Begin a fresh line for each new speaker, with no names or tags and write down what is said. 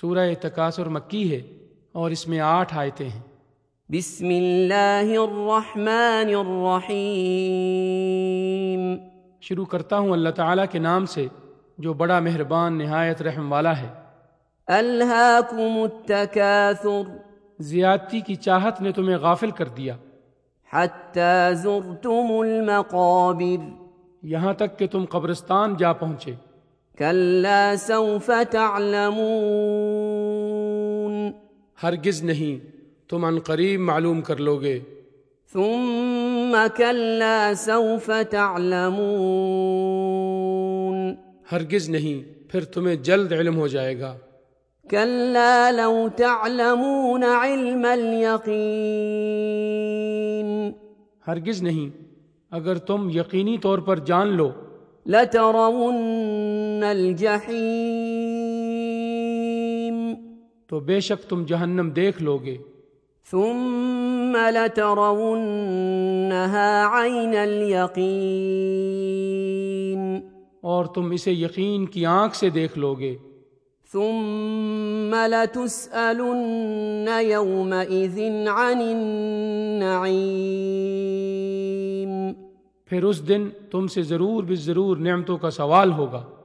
سورہ تقاصر مکی ہے اور اس میں آٹھ آیتیں ہیں
بسم اللہ الرحمن الرحیم
شروع کرتا ہوں اللہ تعالیٰ کے نام سے جو بڑا مہربان نہایت رحم والا ہے
الہاکم التکاثر
زیادتی کی چاہت نے تمہیں غافل کر دیا
حتی زرتم المقابر
یہاں تک کہ تم قبرستان جا پہنچے
کلا سوف تعلمون
ہرگز نہیں تم عن قریب معلوم کر لو گے
ثم كلا سوف تعلمون
ہرگز نہیں پھر تمہیں جلد علم ہو جائے گا
كلا لو تعلمون علم اليقين
ہرگز نہیں اگر تم یقینی طور پر جان لو
لترون الجحيم
تو بے شک تم جہنم دیکھ لو گے
ثم لترونها عين اليقين
اور تم اسے یقین کی آنکھ سے دیکھ لو گے
ثم لتسألن يومئذ عن النعيم
پھر اس دن تم سے ضرور بے ضرور نعمتوں کا سوال ہوگا